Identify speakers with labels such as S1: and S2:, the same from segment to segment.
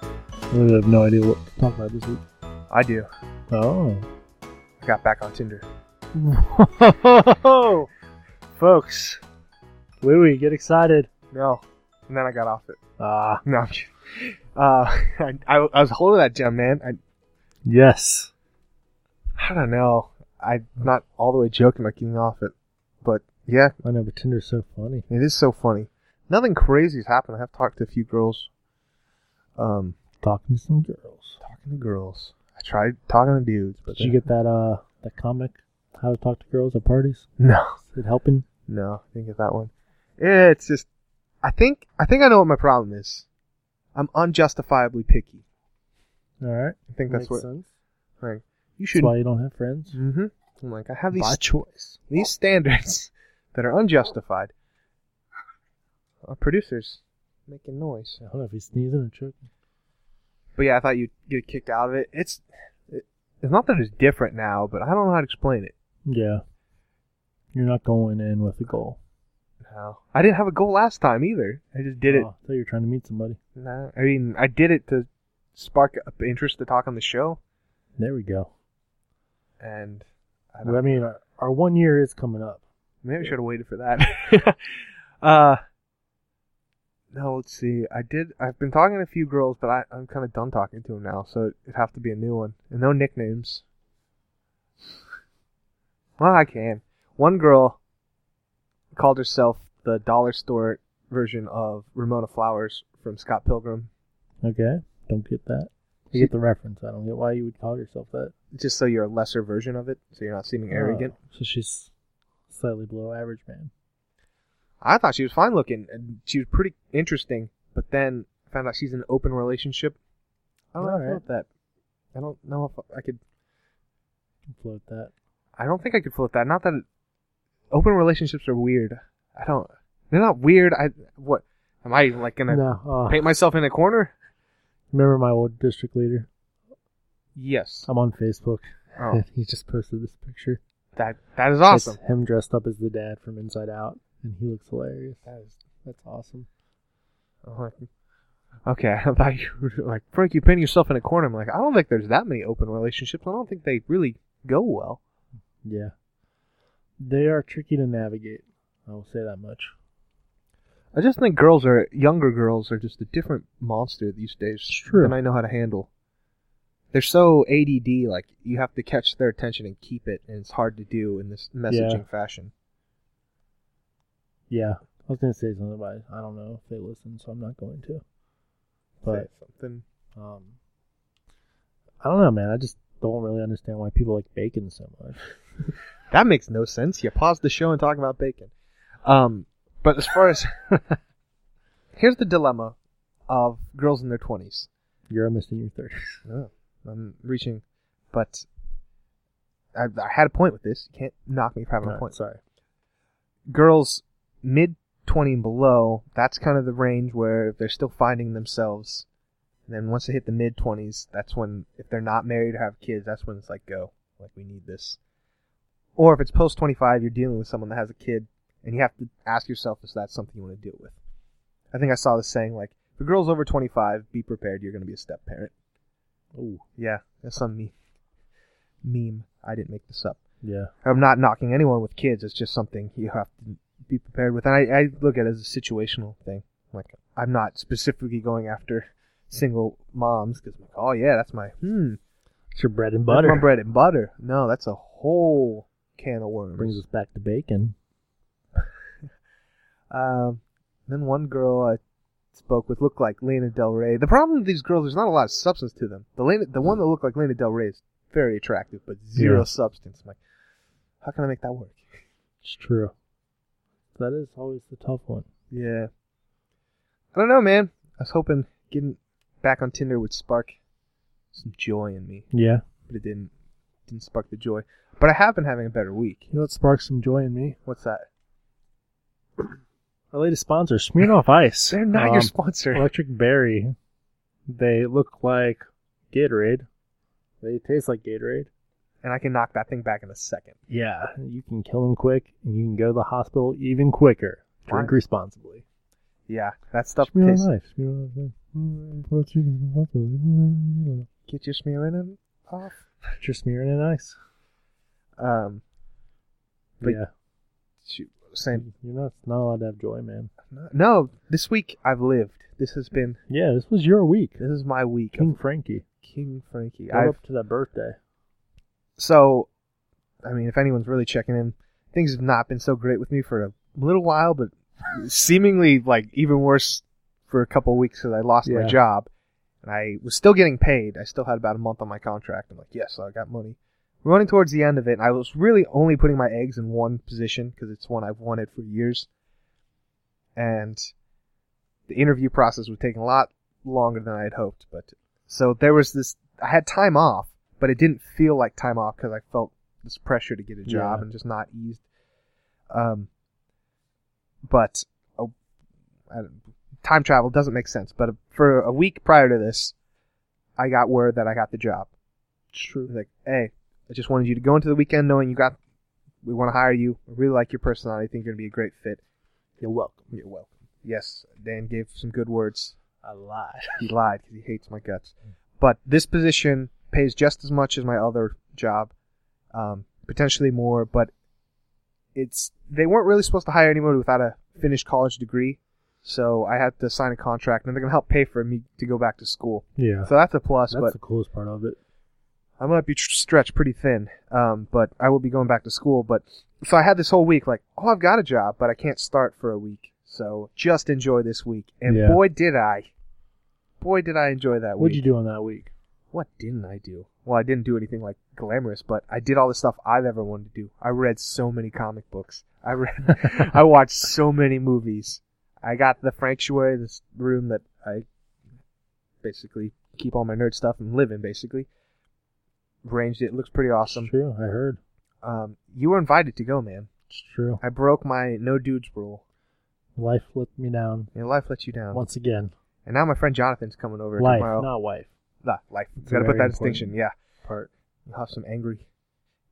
S1: I have no idea what to talk about this week.
S2: I do.
S1: Oh.
S2: I got back on Tinder. Folks,
S1: Wait, wait, get excited.
S2: no. And then I got off it.
S1: Ah,
S2: No, I'm kidding. Uh, I, I, I was holding that gem, man. I,
S1: yes.
S2: I don't know. I'm not all the way joking about getting off it. But yeah,
S1: I know, but Tinder's so funny.
S2: it is so funny. Nothing crazy has happened. I have talked to a few girls. Um,
S1: Talking to some girls.
S2: talking to girls. I tried talking to dudes, but
S1: Did you
S2: then-
S1: get that uh that comic, How to Talk to Girls at Parties?
S2: no,
S1: Is it helping?
S2: no. I didn't get that one. Yeah, it's just. I think I think I know what my problem is. I'm unjustifiably picky.
S1: All right.
S2: I think that's what.
S1: sense.
S2: Like you
S1: That's
S2: should.
S1: why you don't have friends.
S2: Mm-hmm. I'm like I have these
S1: choice.
S2: these standards that are unjustified. Our producers making noise.
S1: I don't know if he's sneezing or choking.
S2: But yeah, I thought you'd get kicked out of it. It's it, it's not that it's different now, but I don't know how to explain it.
S1: Yeah. You're not going in with a goal.
S2: No, I didn't have a goal last time either. I just did it.
S1: Oh, I thought you were trying to meet somebody.
S2: Nah, I mean, I did it to spark up interest to talk on the show,
S1: There we go.
S2: and I, don't,
S1: I, mean, our, our one year is coming up.
S2: maybe I should have waited for that. uh, no, let's see. I did. I've been talking to a few girls, but I, I'm kind of done talking to them now, so it'd have to be a new one and no nicknames. Well, I can. One girl called herself the dollar store version of Ramona Flowers from Scott Pilgrim.
S1: Okay. Don't get that. I get the reference. I don't get why you would call yourself that.
S2: Just so you're a lesser version of it, so you're not seeming arrogant.
S1: Oh, so she's slightly below average, man.
S2: I thought she was fine looking and she was pretty interesting, but then I found out she's in an open relationship. I don't know
S1: Alright.
S2: about that. I don't know if I could.
S1: Can Float that.
S2: I don't think I could float that. Not that it, open relationships are weird. I don't. They're not weird. I what? Am I like gonna
S1: no. Uh,
S2: paint myself in a corner?
S1: remember my old district leader?
S2: Yes.
S1: I'm on Facebook.
S2: Oh,
S1: he just posted this picture.
S2: that that is awesome.
S1: It's him dressed up as the dad from Inside Out, and he looks hilarious.
S2: That is-
S1: That's awesome.
S2: I'm like, Okay, I thought you were like Frank. You paint yourself in a corner. I'm like, I don't think there's that many open relationships. I don't think they really go well.
S1: Yeah. They are tricky to navigate. I will say that much.
S2: I just think girls are younger girls are just a different monster these days
S1: true.
S2: than I know how to handle. They're so ADD, like you have to catch their attention and keep it, and it's hard to do in this messaging fashion.
S1: Yeah. I was going to say something about it. I don't know if they listen, so I'm not going to. But,
S2: Say something.
S1: um, I don't know, man. I just don't really understand why people like bacon so much.
S2: That makes no sense. You pause the show and talk about bacon. Um, but as far as here's the dilemma of girls in their twenties.
S1: You're almost in your 30s.
S2: Oh, I'm reaching, but I, I had a point with this. You can't knock me for having a
S1: Alright,
S2: point.
S1: sorry.
S2: girls mid 20 and below, that's kind of the range where they're still finding themselves. And then once they hit the mid 20s, that's when, if they're not married or have kids, that's when it's like, go. Like, we need this. Or if it's post 25, you're dealing with someone that has a kid, and you have to ask yourself, is that something you want to deal with? I think I saw this saying, like, if a girl's over 25, be prepared, you're going to be a step parent.
S1: Ooh.
S2: Yeah, that's some me- meme. I didn't make this up.
S1: Yeah.
S2: I'm not knocking anyone with kids. It's just something you have to be prepared with. And I, I look at it as a situational thing. Like, I'm not specifically going after single moms because, like, oh, yeah, that's my, hmm,
S1: It's your bread and
S2: that's
S1: butter.
S2: my bread and butter. No, that's a whole can of worms.
S1: Brings us back to bacon.
S2: Um, then one girl I spoke with looked like Lana Del Rey. The problem with these girls, there's not a lot of substance to them. The Lana, the one that looked like Lana Del Rey is very attractive, but zero
S1: Yeah.
S2: substance. I'm like, how can I make that work?
S1: It's true. That is always the tough one.
S2: Yeah. I don't know, man. I was hoping getting back on Tinder would spark some joy in me,
S1: Yeah.
S2: but it didn't. Didn't spark the joy. But I have been having a better week.
S1: You know what sparks some joy in me?
S2: What's that?
S1: Our latest sponsor, Smirnoff Ice.
S2: They're not
S1: Um,
S2: your sponsor.
S1: Electric Berry. They look like Gatorade. They taste like Gatorade.
S2: And I can knock that thing back in a second.
S1: Yeah, you can kill them quick, and you can go to the hospital even quicker. Drink
S2: Why?
S1: responsibly.
S2: Yeah, that stuff
S1: Smear on
S2: tastes.
S1: life. Smear on life. Mm, fried chicken, hot dog, mm,
S2: Get your smearing in off.
S1: You're smearing in ice.
S2: Um, But-
S1: yeah,
S2: shoot, same.
S1: you're not not allowed to have joy, man.
S2: No, this week I've lived. This has been.
S1: Yeah, this was your week,
S2: This is my week
S1: King
S2: of
S1: Frankie.
S2: King Frankie.
S1: Go
S2: I've
S1: up to that birthday.
S2: so I mean, if anyone's really checking in, things have not been so great with me for a little while, but seemingly like even worse for a couple of weeks because I lost my
S1: Yeah.
S2: job and I was still getting paid. I still had about a month on my contract. I'm like, yes, I got money. We're running towards the end of it, and I was really only putting my eggs in one position because it's one I've wanted for years. And the interview process was taking a lot longer than I had hoped, but so there was this. I had time off, but it didn't feel like time off because I felt this pressure to get a job
S1: Yeah.
S2: and just not eased. Um, but oh, I don't- time travel doesn't make sense. But for a week prior to this, I got word that I got the job. True. Like, hey, I just wanted you to go into the weekend knowing you got. We want to hire you. I really like your personality. think you're gonna be a great fit. You're welcome. You're welcome. Yes, Dan gave some good words
S1: I lied.
S2: he lied because he hates my guts. But this position pays just as much as my other job, um, potentially more. But it's they weren't really supposed to hire anyone without a finished college degree, so I had to sign a contract, and they're gonna help pay for me to go back to school.
S1: Yeah,
S2: So that's a plus.
S1: that's
S2: but
S1: the coolest part of it.
S2: I might be tr- stretched pretty thin, um, but I will be going back to school. But so I had this whole week, like, oh, I've got a job, but I can't start for a week. So just enjoy this week, and
S1: Yeah.
S2: boy did I, boy did I enjoy that
S1: What'd
S2: week.
S1: you do on that week?
S2: What didn't I do? Well, I didn't do anything like glamorous, but I did all the stuff I've ever wanted to do. I read so many comic books. I read, I watched so many movies. I got the sanctuary, this room that I basically keep all my nerd stuff and live in. Basically, arranged it. it looks pretty
S1: It's
S2: awesome.
S1: true. I heard.
S2: Um, you were invited to go, man.
S1: It's true.
S2: I broke my no dudes rule,
S1: Life let me down
S2: and life let you down.
S1: once again.
S2: And now my friend Jonathan's coming over
S1: Life,
S2: tomorrow.
S1: not wife.
S2: Nah, life.
S1: It's
S2: Gotta put
S1: very
S2: that
S1: important.
S2: distinction. Yeah,
S1: Part.
S2: you'll have some angry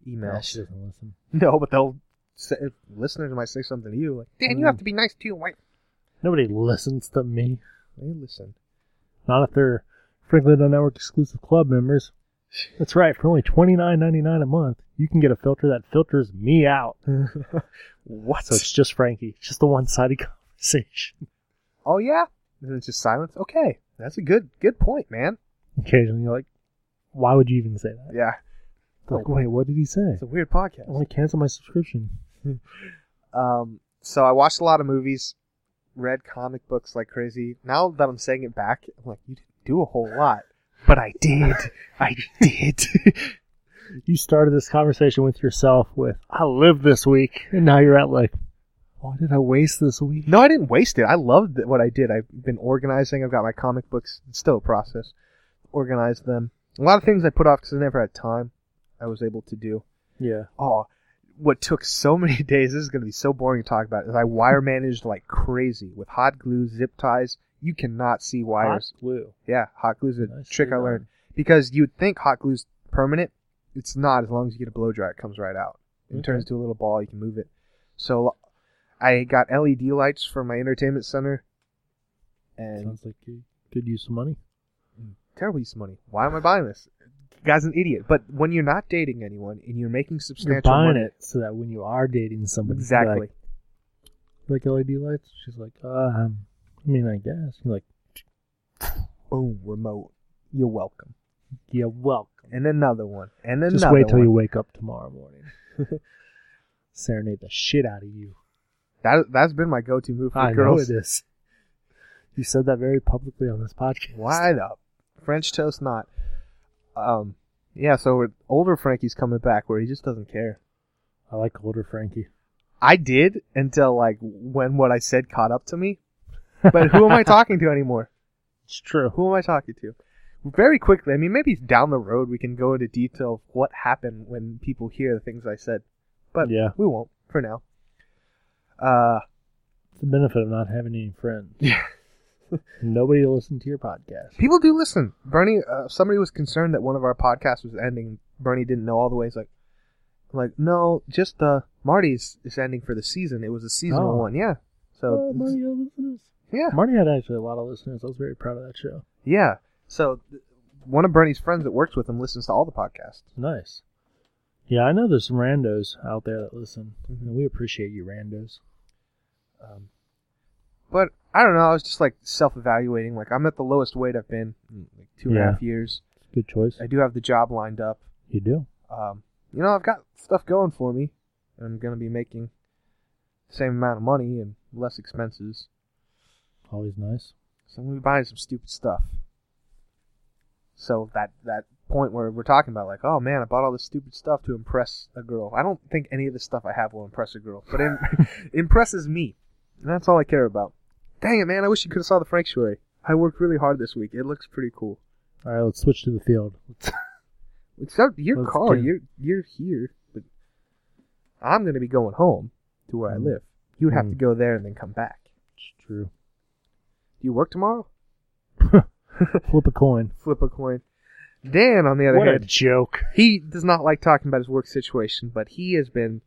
S2: emails.
S1: Nah, she doesn't listen.
S2: No, but they'll say, listeners might say something to you like, "Mm, "Dan, you have to be nice to your wife."
S1: Nobody listens to me.
S2: They listen.
S1: Not if they're Franklin Network exclusive club members. That's right. For only twenty nine ninety nine a month, you can get a filter that filters me out.
S2: what?
S1: So it's just Frankie. It's just the one sided conversation.
S2: oh yeah. And then it's just silence. Okay, that's a good good point, man.
S1: Occasionally, you're like, why would you even say that?
S2: Yeah,
S1: Like, wait, what did he say?
S2: it's a weird
S1: I
S2: podcast.
S1: want to cancel my subscription.
S2: Um, so I watched a lot of movies, read comic books like crazy. Now that I'm saying it back, I'm like, you didn't do a whole lot, but I did. I did.
S1: You started this conversation with yourself with, I live this week. And now you're at like, why did I waste this week?
S2: No, I didn't waste it. I loved what I did. I've been organizing. I've got my comic books. It's still a process. Organized them. A lot of things I put off because I never had time. I was able to do.
S1: Yeah.
S2: Oh, what took so many days. This is going to be so boring to talk about. Is I wire managed like crazy with hot glue, zip ties. You cannot see wires.
S1: glue.
S2: Yeah, hot glue's a
S1: Nicely
S2: trick I
S1: done.
S2: learned because you'd think hot glue's permanent. It's not. As long as you get a blow dry, it comes right out. It
S1: Okay.
S2: turns into a little ball. You can move it. So I got LED lights for my entertainment center, and
S1: Sounds like you could use some money.
S2: terrible use of money. Why am I buying this? Guy's an idiot. But when you're not dating anyone and you're making substantial
S1: You're buying
S2: money,
S1: it so that when you are dating somebody, you're
S2: exactly.
S1: Like, like LED lights? She's like, um, I mean, I guess. You're like,
S2: Boom, remote. You're welcome.
S1: yeah, welcome.
S2: And another one. And another
S1: Just wait till
S2: one.
S1: you wake up tomorrow morning. Serenade the shit out of you.
S2: That that's been my go-to move for
S1: I know
S2: girls.
S1: it is. You said that very publicly on this podcast.
S2: Wide up. French toast not. Um, yeah, so we're- older Frankie's coming back where he just doesn't care.
S1: I like older Frankie.
S2: I did until like when what I said caught up to me. But who am I talking to anymore?
S1: It's true.
S2: Who am I talking to? Very quickly, I mean, maybe down the road we can go into detail of what happened when people hear the things I said. But
S1: Yeah.
S2: we won't for now. Uh,
S1: It's the benefit of not having any friends.
S2: Yeah.
S1: Nobody will listen to your podcast.
S2: People do listen. Bernie, uh, somebody was concerned that one of our podcasts was ending. Bernie didn't know all the way. He's like, I'm like, no, just uh, Marty's is ending for the season. It was a seasonal
S1: Oh.
S2: one, yeah. So
S1: Oh, my God, listeners.
S2: Yeah.
S1: Marty had actually a lot of listeners. I was very proud of that show.
S2: Yeah. So th- one of Bernie's friends that works with him listens to all the podcasts.
S1: Nice. Yeah, I know there's some randos out there that listen,
S2: Mhm.
S1: and we appreciate you, randos.
S2: Um, but I don't know. I was just like self-evaluating. Like I'm at the lowest weight I've been in like two and a half
S1: Yeah.
S2: years.
S1: Good choice.
S2: I do have the job lined up.
S1: You do.
S2: Um, you know, I've got stuff going for me. And I'm gonna be making the same amount of money and less expenses.
S1: Always nice.
S2: So I'm gonna be buying some stupid stuff. So that that point where we're talking about like, oh man, I bought all this stupid stuff to impress a girl. I don't think any of the stuff I have will impress a girl, but it impresses me. And that's all I care about. Dang it, man! I wish you could have saw the Franctuary. I worked really hard this week. It looks pretty cool.
S1: All right, let's switch to the field.
S2: It's not your
S1: Let's
S2: car.
S1: do-
S2: You're you're here, but I'm gonna be going home to where
S1: Mm.
S2: I live. You'd have to
S1: Mm.
S2: go there and then come back.
S1: It's true.
S2: Do you work tomorrow?
S1: Flip a coin.
S2: Flip a coin. Dan, on the other
S1: What a
S2: hand,
S1: joke.
S2: he does not like talking about his work situation, but he has been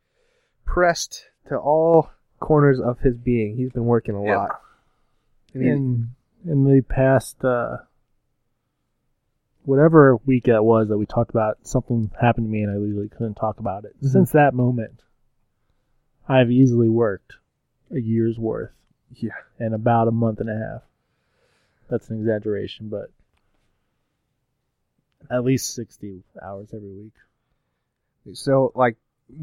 S2: pressed to all corners of his being. He's been working a
S1: Yep.
S2: lot. And he-
S1: In in the past, uh, whatever week that was that we talked about, something happened to me and I literally couldn't talk about it.
S2: Mhm.
S1: Since that moment, I've easily worked a year's worth
S2: yeah.
S1: in about a month and a half. That's an exaggeration, but at least sixty hours every week.
S2: So like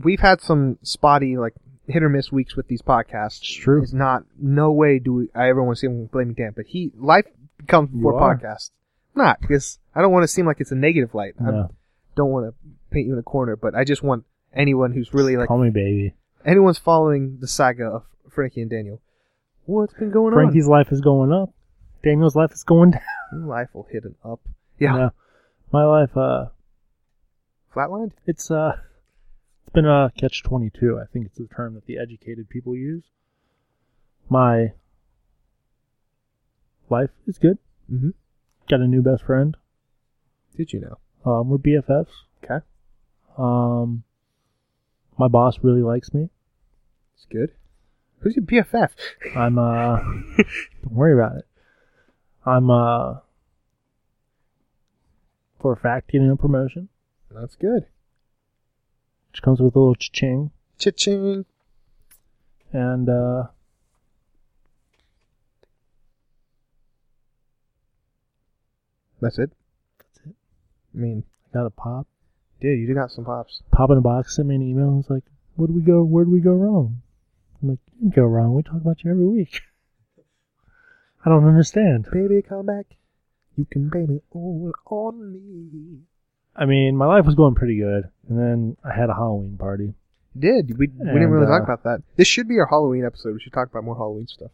S2: we've had some spotty like hit or miss weeks with these podcasts.
S1: It's true.
S2: It's not no way do we, I ever want to see him blaming Dan, but he life comes
S1: You
S2: before
S1: are.
S2: podcasts. Not because I don't want to seem like it's a negative light. I
S1: No,
S2: don't want to paint you in a corner, but I just want anyone who's really like
S1: call me baby.
S2: anyone's following the saga of Frankie and Daniel. What's been going on?
S1: Frankie's life is going up. Daniel's life is going down.
S2: Your life will hit an up. Yeah.
S1: No. my life. Uh,
S2: Flatlined?
S1: It's uh, it's been a catch twenty two. I think it's the term that the educated people use. My life is good.
S2: Mm-hmm.
S1: Got a new best friend.
S2: Did you know?
S1: Um, we're BFFs.
S2: Okay.
S1: Um, my boss really likes me.
S2: It's good. Who's your BFF?
S1: I'm uh, don't worry about it. I'm uh, for a fact getting a promotion,
S2: That's good.
S1: which comes with a little cha-ching.
S2: Cha-ching.
S1: and uh,
S2: That's it.
S1: That's it.
S2: I mean,
S1: got a pop.
S2: dude, you do got some pops.
S1: Pop in a box sent me an email. and was like, "What did we go? Where did we go wrong?" I'm like, "You didn't go wrong. We talk about you every week." I don't understand.
S2: Baby, come back. You can blame it all on me.
S1: I mean, my life was going pretty good, and then I had a Halloween party.
S2: Did we? we didn't
S1: And,
S2: really
S1: uh,
S2: talk about that. This should be our Halloween episode. We should talk about more Halloween stuff.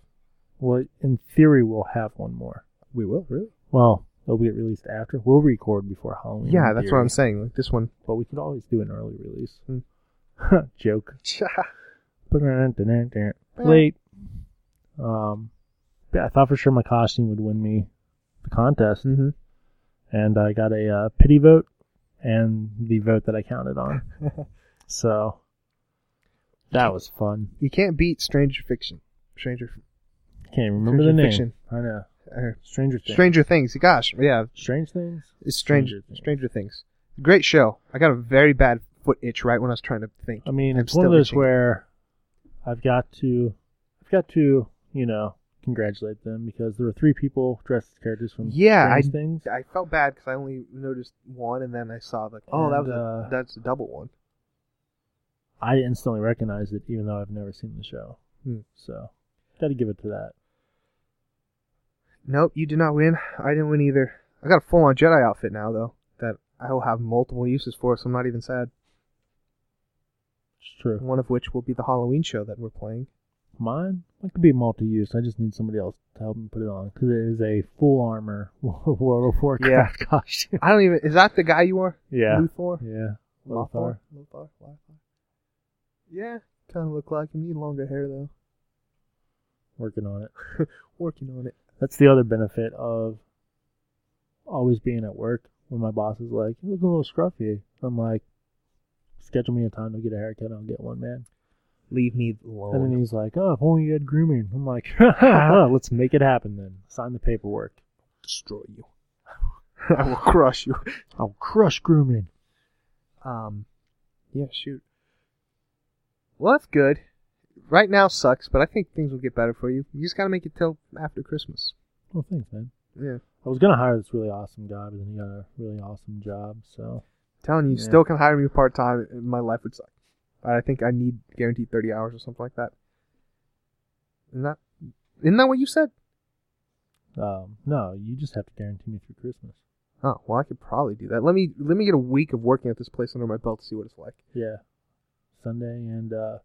S1: Well, in theory, we'll have one more.
S2: We will, really.
S1: Well, it'll get released after. We'll record before Halloween.
S2: Yeah,
S1: in
S2: that's what
S1: theory,
S2: I'm saying. Like this one.
S1: But we could always do an early release.
S2: Hmm.
S1: Joke.
S2: Cha.
S1: Late. Um, yeah, I thought for sure my costume would win me the contest.
S2: mm-hmm.
S1: and I got a uh, pity vote and the vote that I counted on. so that was fun.
S2: You can't beat Stranger Fiction. Stranger.
S1: Can't remember the
S2: Stranger
S1: name.
S2: Fiction.
S1: I know.
S2: Uh,
S1: Stranger Things.
S2: Stranger Things. Gosh, yeah.
S1: Strange Things.
S2: It's Stranger
S1: Stranger Things.
S2: Stranger Things. Great show. I got a very bad foot itch right when I was trying to think.
S1: I mean,
S2: I'm
S1: it's one of those
S2: itching.
S1: where I've got to, I've got to, you know, congratulate them because there were three people dressed as characters from
S2: Yeah, I-
S1: Strange Things.
S2: I felt bad because I only noticed one, and then I saw like, oh, that
S1: And,
S2: was a,
S1: uh,
S2: that's a double one.
S1: I instantly recognized it, even though I've never seen the show.
S2: Hmm.
S1: So, got to give it to that.
S2: Nope, you did not win. I didn't win either. I got a full on Jedi outfit now though that I will have multiple uses for, so I'm not even sad.
S1: It's true.
S2: One of which will be the Halloween show that we're playing.
S1: Mine? It could be multi-use. I just need somebody else to help me put it on because it is a full armor World of Warcraft costume.
S2: I don't even. Is that the guy you are?
S1: Yeah.
S2: Luthor.
S1: Yeah.
S2: Lothar.
S1: Lothar.
S2: Lothar. Lothar. Yeah, kind of look like him. Need longer hair though.
S1: Working on it.
S2: Working on it.
S1: That's the other benefit of always being at work when my boss is like, you look a little scruffy. I'm like, schedule me a time to get a haircut. I'll get one, man.
S2: Leave me alone.
S1: And then he's like, "Oh, if only you had grooming." I'm like, "Let's make it happen then. Sign the paperwork.
S2: destroy you. I will crush you.
S1: I'll crush grooming."
S2: Um, yeah, shoot. Well, that's good. Right now sucks, but I think things will get better for you. You just gotta make it till after Christmas.
S1: Well, thanks, man.
S2: Yeah,
S1: I was gonna hire this really awesome guy, but then he got a really awesome job. So
S2: telling you, you
S1: Yeah.
S2: still can hire me part time. My life would suck. I think I need guaranteed thirty hours or something like that. Isn't that isn't that what you said?
S1: um, no, you just have to guarantee me through Christmas.
S2: Oh well, I could probably do that. Let me let me get a week of working at this place under my belt to see what it's like.
S1: Yeah, Sunday and uh,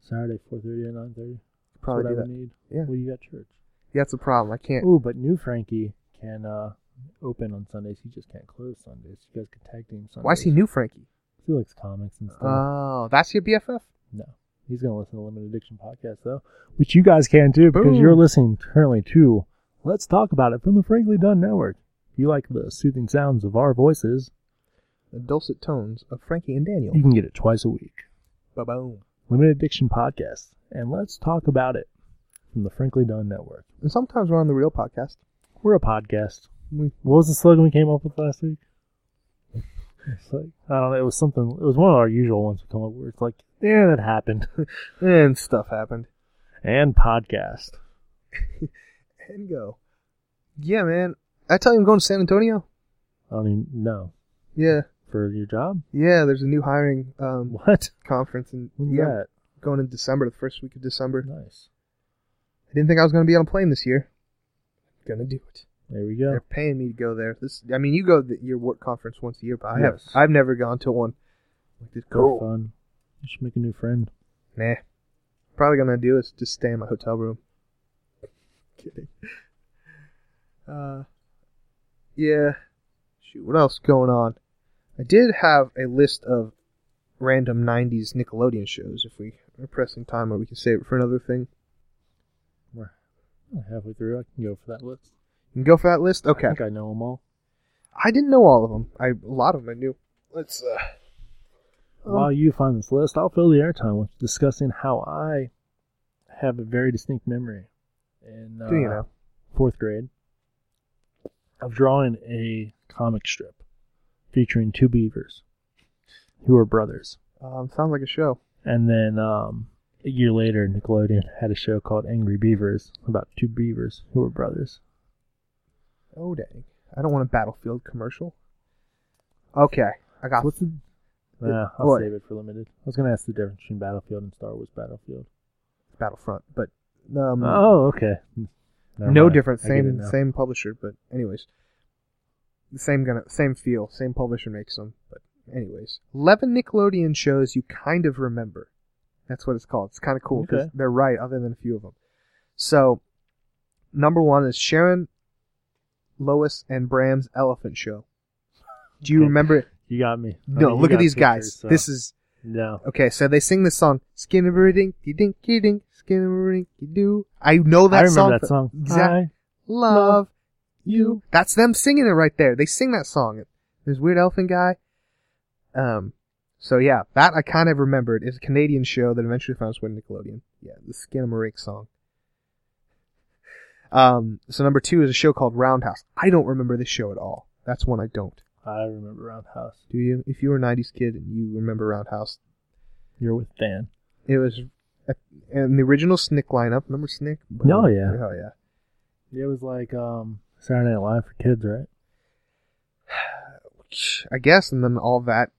S1: Saturday, four thirty and nine thirty.
S2: Probably
S1: what
S2: do
S1: I
S2: that.
S1: would need.
S2: Yeah.
S1: Well, you got church.
S2: Yeah, that's a problem. I can't.
S1: Ooh, but new Frankie can uh, open on Sundays. He just can't close Sundays. You guys could tag team Sundays.
S2: Why is he new, Frankie?
S1: He likes comics and stuff.
S2: Oh, that's your BFF.
S1: no, he's gonna listen to Limited Addiction podcast though, which you guys can too because you're
S2: Boom.
S1: listening currently to Let's Talk About It from the Frankly Done Network. If you like the soothing sounds of our voices,
S2: The dulcet tones of Frankie and Daniel.
S1: you can get it twice a week.
S2: Ba boom.
S1: Limited Addiction podcast, and Let's Talk About It from the Frankly Done Network.
S2: And sometimes we're on the real podcast.
S1: We're a podcast.
S2: We,
S1: What was the slogan we came up with last week? It's like, I don't know. It was something. It was one of our usual ones we come up with. It's like, yeah, that happened.
S2: and stuff happened.
S1: and podcast.
S2: And go. Yeah, man. I tell you, I'm going to San Antonio.
S1: I mean, no,
S2: Yeah,
S1: for your job.
S2: yeah. There's a new hiring um,
S1: What?
S2: conference, and
S1: When's
S2: yeah, going in December, the first week of December.
S1: that? Nice.
S2: I didn't think I was going to be on a plane this year. Gonna do it.
S1: There we go.
S2: They're paying me to go there. This, I mean, you go to your work conference once a year, but I have,
S1: Yes.
S2: I've never gone to one. Like this
S1: They're
S2: cool.
S1: fun. You should make a new friend.
S2: Nah. Probably gonna do is just stay in my hotel room. Kidding. Uh, yeah. Shoot, what else going on? I did have a list of random '90s Nickelodeon shows. If we are pressing time, or we can save it for another thing.
S1: We're halfway through. I can go for that list.
S2: You can go for that list. Okay.
S1: I think I know them all.
S2: I didn't know all of them. I a lot of them I knew. Let's. uh... um,
S1: While you find this list, I'll fill the airtime with discussing how I have a very distinct memory. And uh,
S2: do you know?
S1: fourth grade of drawing a comic strip featuring two beavers who were brothers.
S2: Um, sounds like a show.
S1: And then um, a year later, Nickelodeon had a show called Angry Beavers about two beavers who were brothers.
S2: Oh dang! I don't want a Battlefield commercial. Okay, I got
S1: What's the. Nah, I'll
S2: What?
S1: save it for limited. I was going to ask the difference between Battlefield and Star Wars Battlefield.
S2: Battlefront, but um,
S1: Oh, okay. Never
S2: no
S1: mind.
S2: different.
S1: I get it
S2: Same
S1: now.
S2: same publisher, but anyways, the same gonna same feel. Same publisher makes them, but anyways, eleven Nickelodeon shows you kind of remember. That's what it's called. It's kind of cool because
S1: Okay.
S2: they're right, other than a few of them. So, number one is Sharon, Lois, and Bram's Elephant Show. Do you
S1: Okay.
S2: remember? it?
S1: You got me. I
S2: No,
S1: mean, you
S2: look at
S1: got
S2: these guys.
S1: pictures, so-
S2: This is
S1: No.
S2: Okay, so they sing this song, Skinnaberdinky Dinky Dink, Skinnaberdinky Doo. I know Oh, that
S1: I remember
S2: song.
S1: that
S2: but-
S1: song.
S2: Exact-
S1: I
S2: Love
S1: you.
S2: you. That's them singing it right there. They sing that song. This weird elephant guy. Um, so yeah, that I kind of remembered is a Canadian show that eventually found its way to Nickelodeon. Yeah, the Skinnamarink song. Um, so number two is a show called Roundhouse. I don't remember this show at all. That's one I don't.
S1: I remember Roundhouse.
S2: Do you? If you were a '90s kid and you remember Roundhouse,
S1: You're with Dan.
S2: It was in the original Snick lineup. Remember Snick?
S1: Oh, yeah.
S2: Oh yeah.
S1: It was like um Saturday Night Live for kids, right?
S2: I guess, and then all that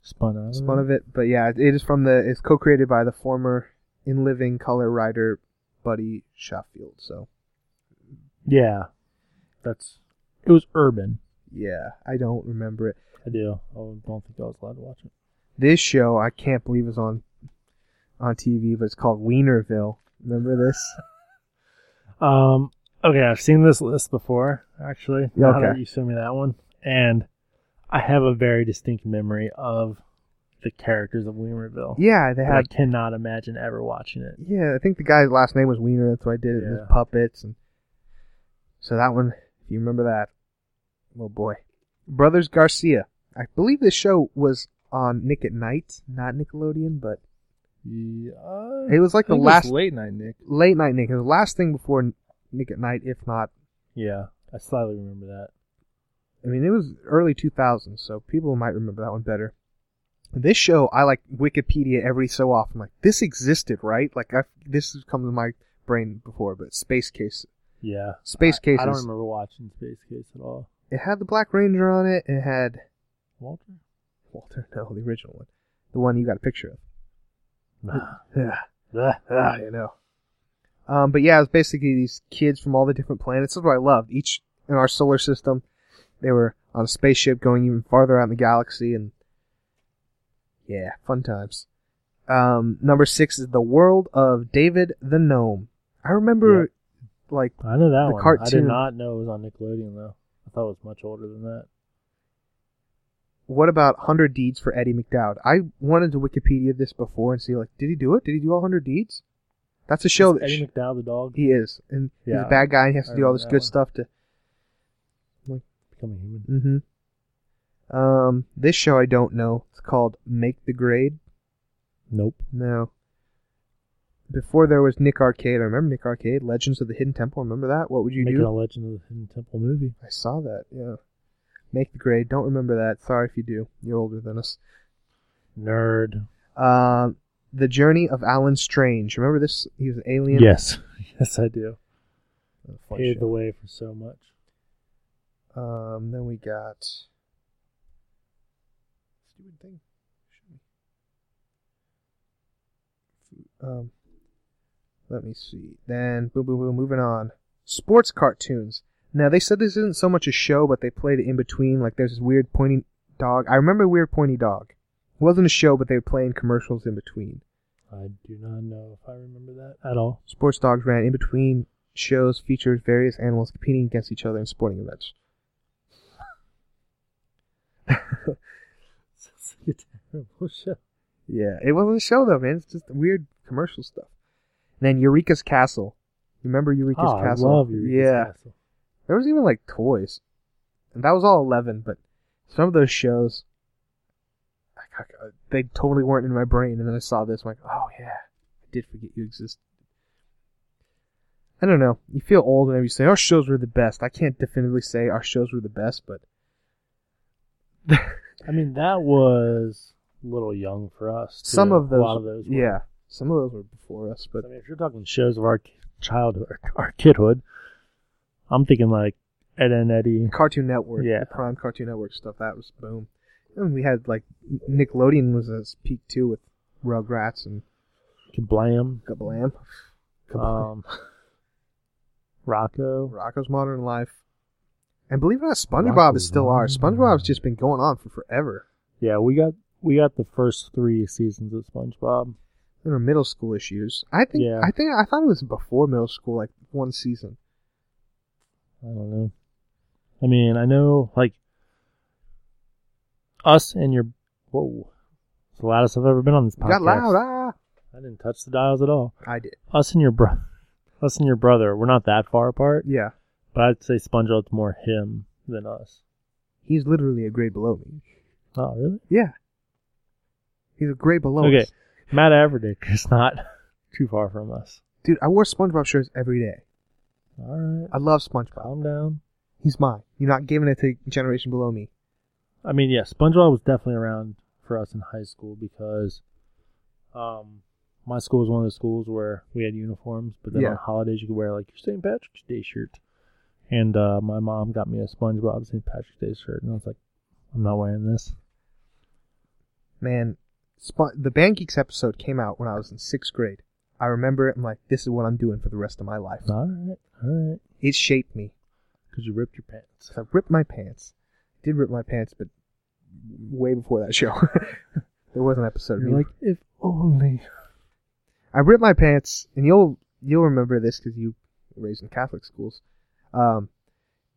S1: Spun out.
S2: spun of it. But yeah, it is from the. It's co-created by the former in living color writer Buddy Sheffield. So
S1: Yeah, that's. It was urban.
S2: yeah, I don't remember it.
S1: I do. I don't think I was allowed to watch it.
S2: This show I can't believe is on on TV, but it's called Wienerville. Remember this?
S1: Um. Okay, I've seen this list before, actually. Now
S2: Yeah, okay.
S1: that you showed me that one, and I have a very distinct memory of the characters of Weimerville.
S2: yeah, they
S1: But I
S2: had.
S1: cannot imagine ever watching it.
S2: Yeah, I think the guy's last name was Wiener. That's why I did it. And
S1: Yeah.
S2: his puppets, and so that one, if you remember that, oh boy, Brothers Garcia. I believe this show was on Nick at Night, not Nickelodeon, but
S1: Yeah,
S2: It was like
S1: I
S2: the
S1: think it was
S2: last
S1: late night, Nick.
S2: late night Nick. It was the last thing before Nick at Night, if not.
S1: Yeah, I slightly remember that.
S2: I mean, it was early 2000s, so people might remember that one better. This show, I like Wikipedia every so often. Like this existed, right? Like I, this has come to my brain before, but Space Case.
S1: Yeah,
S2: Space
S1: I, I don't
S2: Cases.
S1: remember watching Space Case at all.
S2: It had the Black Ranger on it. It had
S1: Walter?
S2: Walter. No, the original one, the one you got a picture of.
S1: Nah.
S2: Yeah. Ah, you know. Um, but yeah, it was basically these kids from all the different planets. That's what I loved. Each in our solar system, they were on a spaceship going even farther out in the galaxy, and yeah, fun times. Um, number six is the world of David the Gnome. I remember, like,
S1: I know that
S2: The
S1: one. I did
S2: cartoon.
S1: not know it was on Nickelodeon though. I thought it was much older than that.
S2: what about 100 Deeds for Eddie McDowd? I wanted to Wikipedia this before and see, like, did he do it? Did he do all 100 Deeds? That's a show
S1: Is
S2: that
S1: Eddie McDowell the dog
S2: he is, and he's
S1: Yeah,
S2: a bad guy, and he has
S1: I
S2: to do all
S1: remember
S2: this
S1: that
S2: good
S1: one.
S2: stuff to
S1: becoming human.
S2: Mm-hmm. Um, this show I don't know. It's called Make the Grade.
S1: Nope.
S2: No. Before there was Nick Arcade. I remember Nick Arcade, Legends of the Hidden Temple. Remember that? What would you
S1: Making
S2: do?
S1: a Legend of the Hidden Temple movie.
S2: I saw that. Yeah. Make the Grade. Don't remember that. Sorry if you do. You're older than us.
S1: Nerd.
S2: Um, The Journey of Alan Strange. Remember this? He was an alien.
S1: Yes. Yes, I do.
S2: Oh, fun
S1: Paved
S2: show.
S1: the way for so much.
S2: Um, then we got stupid thing. Um, let me see. Then boom, boom, boom. Moving on. Sports cartoons. Now they said this isn't so much a show, but they played it in between. Like there's this weird pointy dog. I remember weird pointy dog. It wasn't a show, but they were playing commercials in between.
S1: I do not know if I remember that at all.
S2: Sports dogs ran in between shows, featured various animals competing against each other in sporting events.
S1: Sounds like a terrible show.
S2: Yeah, it wasn't a show though, man. It's just weird commercial stuff. And then Eureka's Castle. You Remember Eureka's
S1: Ah,
S2: Castle?
S1: I love Eureka's
S2: yeah,
S1: Castle.
S2: there was even like toys, and that was all eleven. But some of those shows, I got- they totally weren't in my brain. And then I saw this, I'm like, oh yeah, I did forget you exist. I don't know. You feel old whenever you say our shows were the best. I can't definitively say our shows were the best, but
S1: I mean, that was a little young for us. too.
S2: some of those,
S1: a lot of those, were.
S2: yeah, some of those were before us. But
S1: I mean, if you're talking shows of our ki- childhood, our kidhood, I'm thinking like Ed and Eddie.
S2: Cartoon Network,
S1: Yeah.
S2: the prime Cartoon Network stuff. That was boom. And we had like Nickelodeon was at its peak too with Rugrats and
S1: Kablam,
S2: Kablam, Kablam.
S1: um, Rocco.
S2: Rocco's Modern Life, and believe it or not, SpongeBob
S1: Rocko's
S2: is still ours.
S1: Modern
S2: SpongeBob's
S1: Life.
S2: just been going on for forever.
S1: Yeah, we got we got the first three seasons of SpongeBob.
S2: There were middle school issues. I think.
S1: Yeah.
S2: I think. I thought it was before middle school, like one season.
S1: I don't know. I mean, I know like us and your whoa, it's the loudest I've ever been on this podcast.
S2: Got loud. Ah,
S1: I didn't touch the dials at all.
S2: I did.
S1: Us and your bro, us and your brother, we're not that far apart,
S2: Yeah,
S1: but I'd say SpongeBob's more him than us.
S2: he's literally a grade below me.
S1: Oh, really?
S2: Yeah, he's a grade below
S1: Okay.
S2: us.
S1: Matt Averdick is not too far from us.
S2: Dude, I wore SpongeBob shirts every day.
S1: All right.
S2: I love SpongeBob.
S1: Calm down.
S2: He's mine. You're not giving it to the generation below me.
S1: I mean, yeah, SpongeBob was definitely around for us in high school because um, my school was one of those schools where we had uniforms, but then
S2: Yeah.
S1: on holidays you could wear like your St. Patrick's Day shirt. And uh, my mom got me a SpongeBob St. Patrick's Day shirt, and I was like, I'm not wearing this.
S2: Man, Spon- the Band Geeks episode came out when I was in sixth grade. I remember it. I'm like, this is what I'm doing for the rest of my life.
S1: All right, all right,
S2: It shaped me.
S1: because you ripped your pants.
S2: So I ripped my pants. Did rip my pants, but way before that show. there was an episode. of
S1: You're
S2: me-
S1: like, if only.
S2: I ripped my pants, and you'll you'll remember this because you were raised in Catholic schools. Um,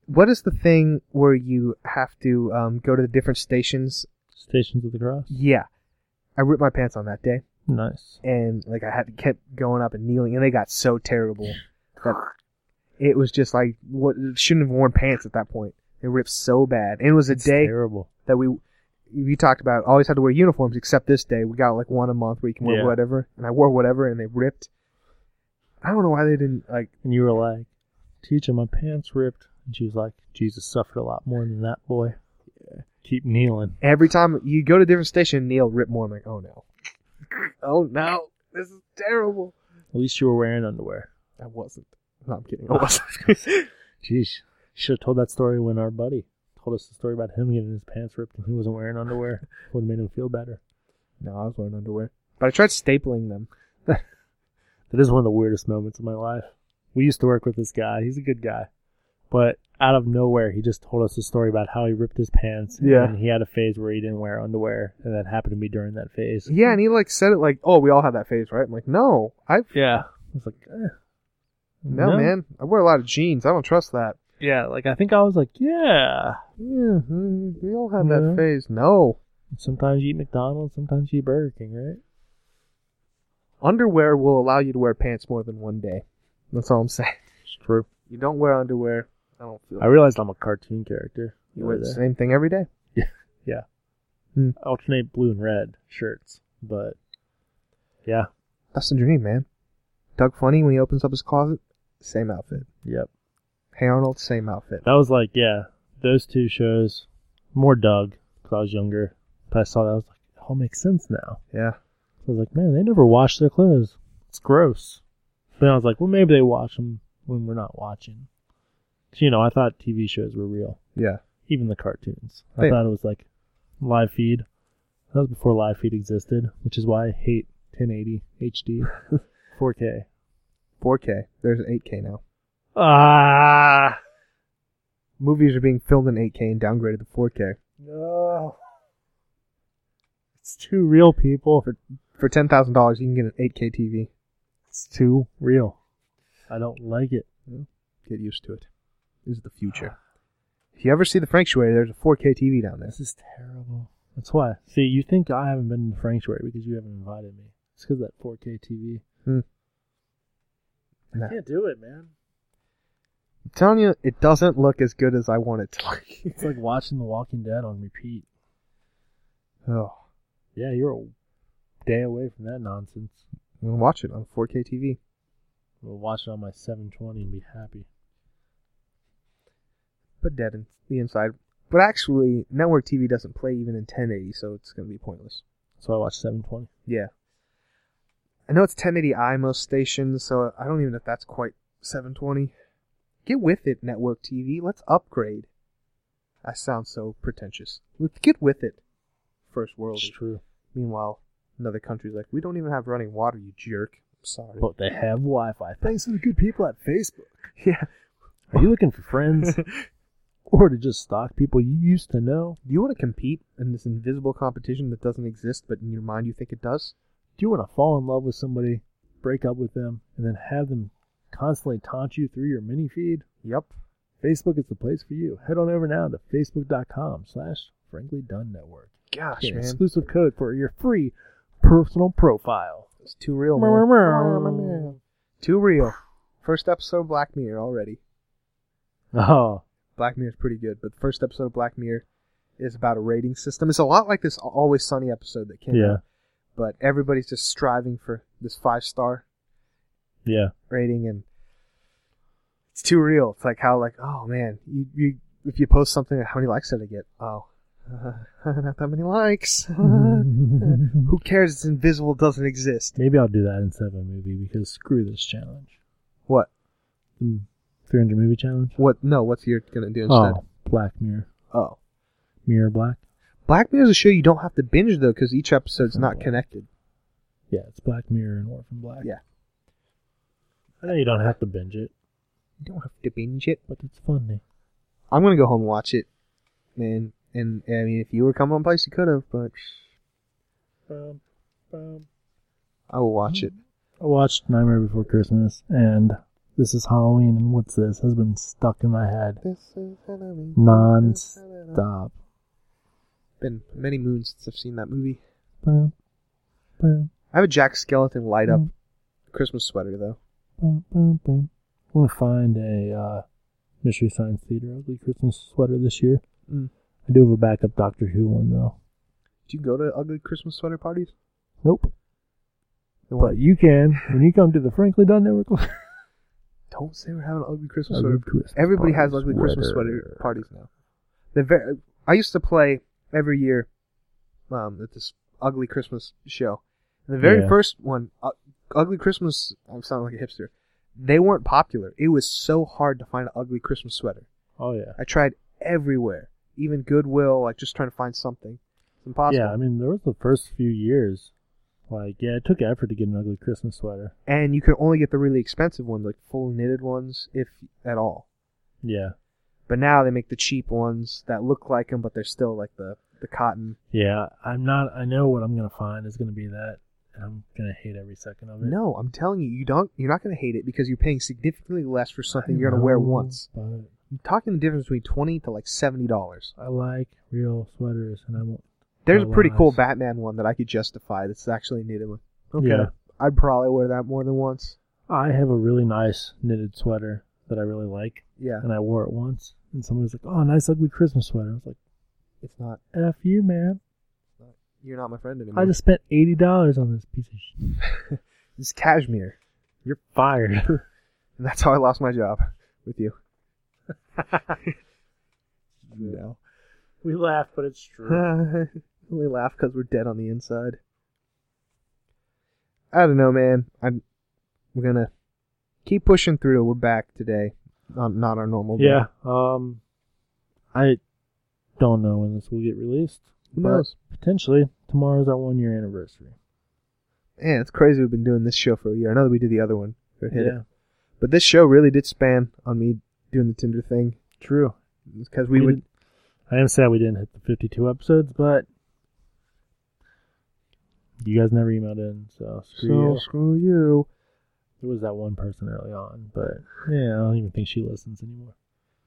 S2: what is the thing where you have to um, go to the different stations?
S1: Stations of the Cross.
S2: Yeah, I ripped my pants on that day.
S1: Nice.
S2: and like I had to kept going up and kneeling, and they got so terrible that it was just like what shouldn't have worn pants at that point. It ripped so bad, and it was a
S1: It's
S2: day
S1: terrible.
S2: that we we talked about always had to wear uniforms except this day. We got like one a month where you can wear
S1: Yeah.
S2: whatever, and I wore whatever, and they ripped. I don't know why they didn't like.
S1: And you were like, Teacher, my pants ripped. And she was like, Jesus suffered a lot more than that, boy. Keep kneeling.
S2: Every time you go to a different station, Neil ripped more. I'm like, oh no, oh no, this is terrible.
S1: At least you were wearing underwear.
S2: I wasn't. No, I'm kidding. I wasn't.
S1: Jeez. Should have told that story when our buddy told us the story about him getting his pants ripped and he wasn't wearing underwear. Would have made him feel better.
S2: no, I was wearing underwear, but I tried stapling them.
S1: That is one of the weirdest moments of my life. We used to work with this guy. He's a good guy. But out of nowhere, he just told us a story about how he ripped his pants.
S2: Yeah.
S1: And he had a phase where he didn't wear underwear. And that happened to me during that phase.
S2: Yeah, and he like said it like, oh, we all have that phase, right? I'm like, no, I
S1: Yeah. I was like, eh.
S2: no, man, I wear a lot of jeans. I don't trust that.
S1: Yeah. Like, I think I was like, yeah.
S2: Yeah, mm, we all have that
S1: Yeah.
S2: phase. No.
S1: Sometimes you eat McDonald's, sometimes you eat Burger King, right?
S2: Underwear will allow you to wear pants more than one day. That's all I'm saying.
S1: It's true.
S2: You don't wear underwear. I don't feel
S1: I realized I'm a cartoon character.
S2: you wear the
S1: Over there.
S2: same thing every day. Hmm.
S1: I alternate blue and red shirts, but yeah,
S2: That's the dream, man. Doug Funny when he opens up his closet, same outfit.
S1: yep.
S2: Hey Arnold, same outfit.
S1: That was like, yeah, those two shows, more Doug because I was younger. But I saw that, I was like, it all makes sense now.
S2: Yeah.
S1: So I was like, man, they never wash their clothes. It's gross. Then I was like, well, maybe they wash them when we're not watching. 'Cause, you know, I thought TV shows were real,
S2: Yeah.
S1: even the cartoons. I
S2: They-
S1: thought it was like live feed. That was before live feed existed, which is why I hate 1080 HD, 4K.
S2: 4K. There's 8K now.
S1: Ah.
S2: Movies are being filmed in 8K and downgraded to 4K
S1: No. It's too real, people.
S2: for ten thousand dollars. You can get an 8K TV.
S1: It's too real. I don't like it.
S2: Get used to it. This is the future. If you ever see the Franctuary, there's a 4K TV down there.
S1: This is terrible. That's why. See, you think I haven't been in the sanctuary because you haven't invited me. It's because that 4K TV.
S2: Nah.
S1: Can't do it, man.
S2: I'm telling you, it doesn't look as good as I want it to look.
S1: It's like watching The Walking Dead on repeat.
S2: oh,
S1: Yeah, you're a day away from that nonsense.
S2: I'm gonna watch it on 4K TV.
S1: We'll watch it on my 720 and be happy.
S2: But dead in the inside. But actually, network TV doesn't play even in 1080, so it's gonna be pointless.
S1: So I watch 720.
S2: Yeah. I know it's 1080i most stations, so I don't even know if that's quite 720. Get with it, network TV. Let's upgrade. I sound so pretentious. Let's get with it. First world.
S1: It's true.
S2: Meanwhile, another country's like, we don't even have running water, you jerk. I'm sorry.
S1: But they have Wi Fi. Thanks to the good people at Facebook.
S2: yeah.
S1: Are you looking for friends? or to just stalk people you used to know?
S2: Do you want to compete in this invisible competition that doesn't exist, but in your mind you think it does?
S1: Do you want to fall in love with somebody, break up with them, and then have them constantly taunt you through your mini feed?
S2: Yep.
S1: Facebook is the place for you. Head on over now to facebook.com slash frankly done network.
S2: Gosh,
S1: Get an
S2: man.
S1: exclusive code for your free personal profile.
S2: It's too real, man.
S1: Oh,
S2: too real. First episode of Black Mirror already.
S1: Oh,
S2: Black Mirror is pretty good, but the first episode of Black Mirror is about a rating system. It's a lot like this Always Sunny episode that came
S1: yeah,
S2: out, but everybody's just striving for this five star
S1: yeah.
S2: rating and it's too real. It's like how like oh man, you, you if you post something, how many likes did I get? Oh, uh, not that many likes.
S1: Mm-hmm.
S2: Who cares? It's invisible, doesn't exist.
S1: Maybe I'll do that instead of a movie because screw this challenge.
S2: What?
S1: The 300 movie challenge?
S2: What? No, what's you're gonna do instead?
S1: Oh, Black Mirror.
S2: Oh,
S1: Mirror Black?
S2: Black Mirror is a show you don't have to binge though, because each episode's not connected.
S1: Yeah, it's Black Mirror and Orphan Black.
S2: Yeah.
S1: I know you don't have to binge it,
S2: You don't have to binge it.
S1: but it's funny.
S2: I'm gonna go home and watch it, man. And I mean, if you were coming on place, you could have, but
S1: Um, um,
S2: I will watch it.
S1: I watched Nightmare Before Christmas, and This is Halloween, and What's This has been stuck in my head
S2: This is Halloween.
S1: non-stop.
S2: Been many moons since I've seen that movie.
S1: Bum, bum,
S2: I have a Jack Skeleton light up
S1: Mm.
S2: Christmas sweater though.
S1: bum, bum, bum. I want to find a uh, Mystery Science Theater ugly Christmas sweater this year.
S2: Mm.
S1: I do have a backup Doctor Who one, though.
S2: Do you go to ugly Christmas sweater parties?
S1: Nope.
S2: The one-
S1: But you can when you come to the Frankly Dunn Network.
S2: Don't say we're having ugly Christmas
S1: Ugly
S2: sweater.
S1: Christmas
S2: Everybody has
S1: party
S2: ugly Christmas sweater
S1: sweater.
S2: parties now. They're very. I used to play every year um, at this ugly Christmas show. And the very
S1: Yeah.
S2: first one, uh, ugly Christmas. I sound like a hipster. They weren't popular. It was so hard to find an ugly Christmas sweater.
S1: oh yeah.
S2: I tried everywhere, even Goodwill, like just trying to find something. It's impossible.
S1: Yeah, I mean there was the first few years. Like yeah, it took effort to get an ugly Christmas sweater.
S2: and you could only get the really expensive ones, like full knitted ones, if at all.
S1: Yeah.
S2: But now they make the cheap ones that look like them, but they're still like the the cotton.
S1: Yeah, I'm not. I know what I'm gonna find is gonna be that, and I'm gonna hate every second of it.
S2: No, I'm telling you, you don't. You're not going to hate it because you're paying significantly less for something
S1: I
S2: you're going to wear
S1: know,
S2: once.
S1: But
S2: I'm talking the difference between twenty to like seventy dollars.
S1: I like real sweaters, and I won't.
S2: There's a pretty
S1: Otherwise-
S2: cool Batman one that I could justify. That's actually knitted. One. Okay,
S1: Yeah.
S2: I'd probably wear that more than once.
S1: I have a really nice knitted sweater that I really like,
S2: Yeah,
S1: and I wore it once, and someone was like, "Oh, nice ugly Christmas sweater." I was like,
S2: it's not.
S1: "F you, man!
S2: You're not my friend anymore.
S1: I just spent eighty dollars on this piece of shit.
S2: it's cashmere,
S1: You're fired."
S2: and that's how I lost my job with you. you
S1: we laugh, but it's true.
S2: know, only laugh because we're dead on the inside. I don't know, man. I'm. We're gonna keep pushing through. We're back today. Um, not our normal. day.
S1: yeah. Um, I don't know when this will get released.
S2: Who
S1: but
S2: knows?
S1: Potentially, tomorrow's our one year anniversary.
S2: Man, it's crazy. We've been doing this show for a year. I know that we did the other one. Or hit it.
S1: Yeah,
S2: But this show really did span on me doing the Tinder thing
S1: true.
S2: because we,
S1: We
S2: would.
S1: did- I am sad we didn't hit the 52 episodes, but you guys never emailed in, so screw
S2: so
S1: you.
S2: screw you.
S1: There was that one person early on, but yeah, I don't even think she listens anymore.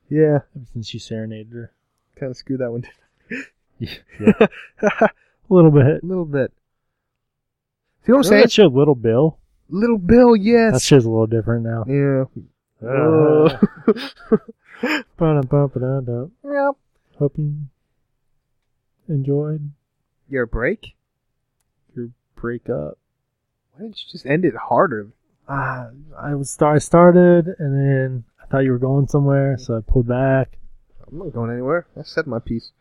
S2: Yeah,
S1: Ever since you serenaded her,
S2: kind of screwed that one.
S1: Yeah, a little bit.
S2: a little bit. See what
S1: Remember
S2: I'm saying?
S1: that show, Little Bill.
S2: Little Bill, yes.
S1: That show's a little different now.
S2: yeah.
S1: Uh,
S2: Uh.
S1: ba-da-ba-ba-da-da.
S2: Yep.
S1: Hope you enjoyed
S2: Your break?
S1: your breakup.
S2: Why didn't you just end it harder?
S1: uh, I was I started and then I thought you were going somewhere, so I pulled back.
S2: I'm not going anywhere. I said my piece.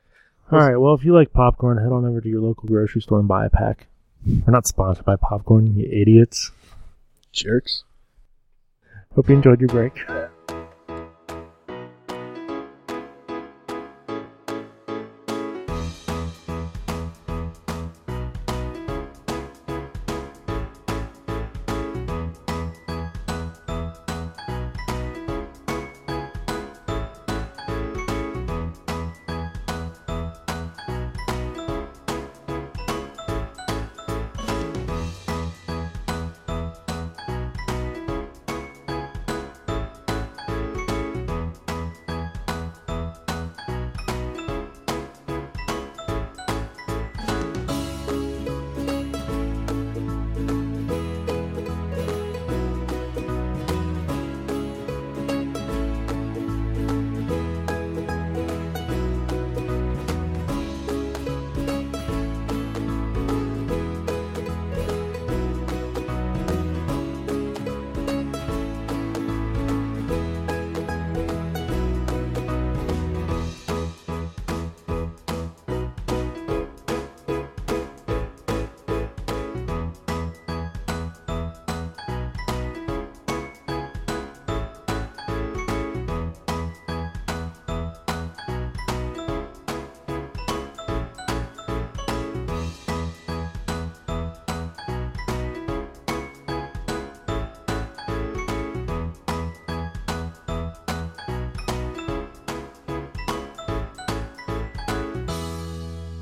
S1: All right, well, if you like popcorn, head on over to your local grocery store and buy a pack. We're not sponsored by popcorn, you idiots.
S2: Jerks.
S1: Hope you enjoyed your break.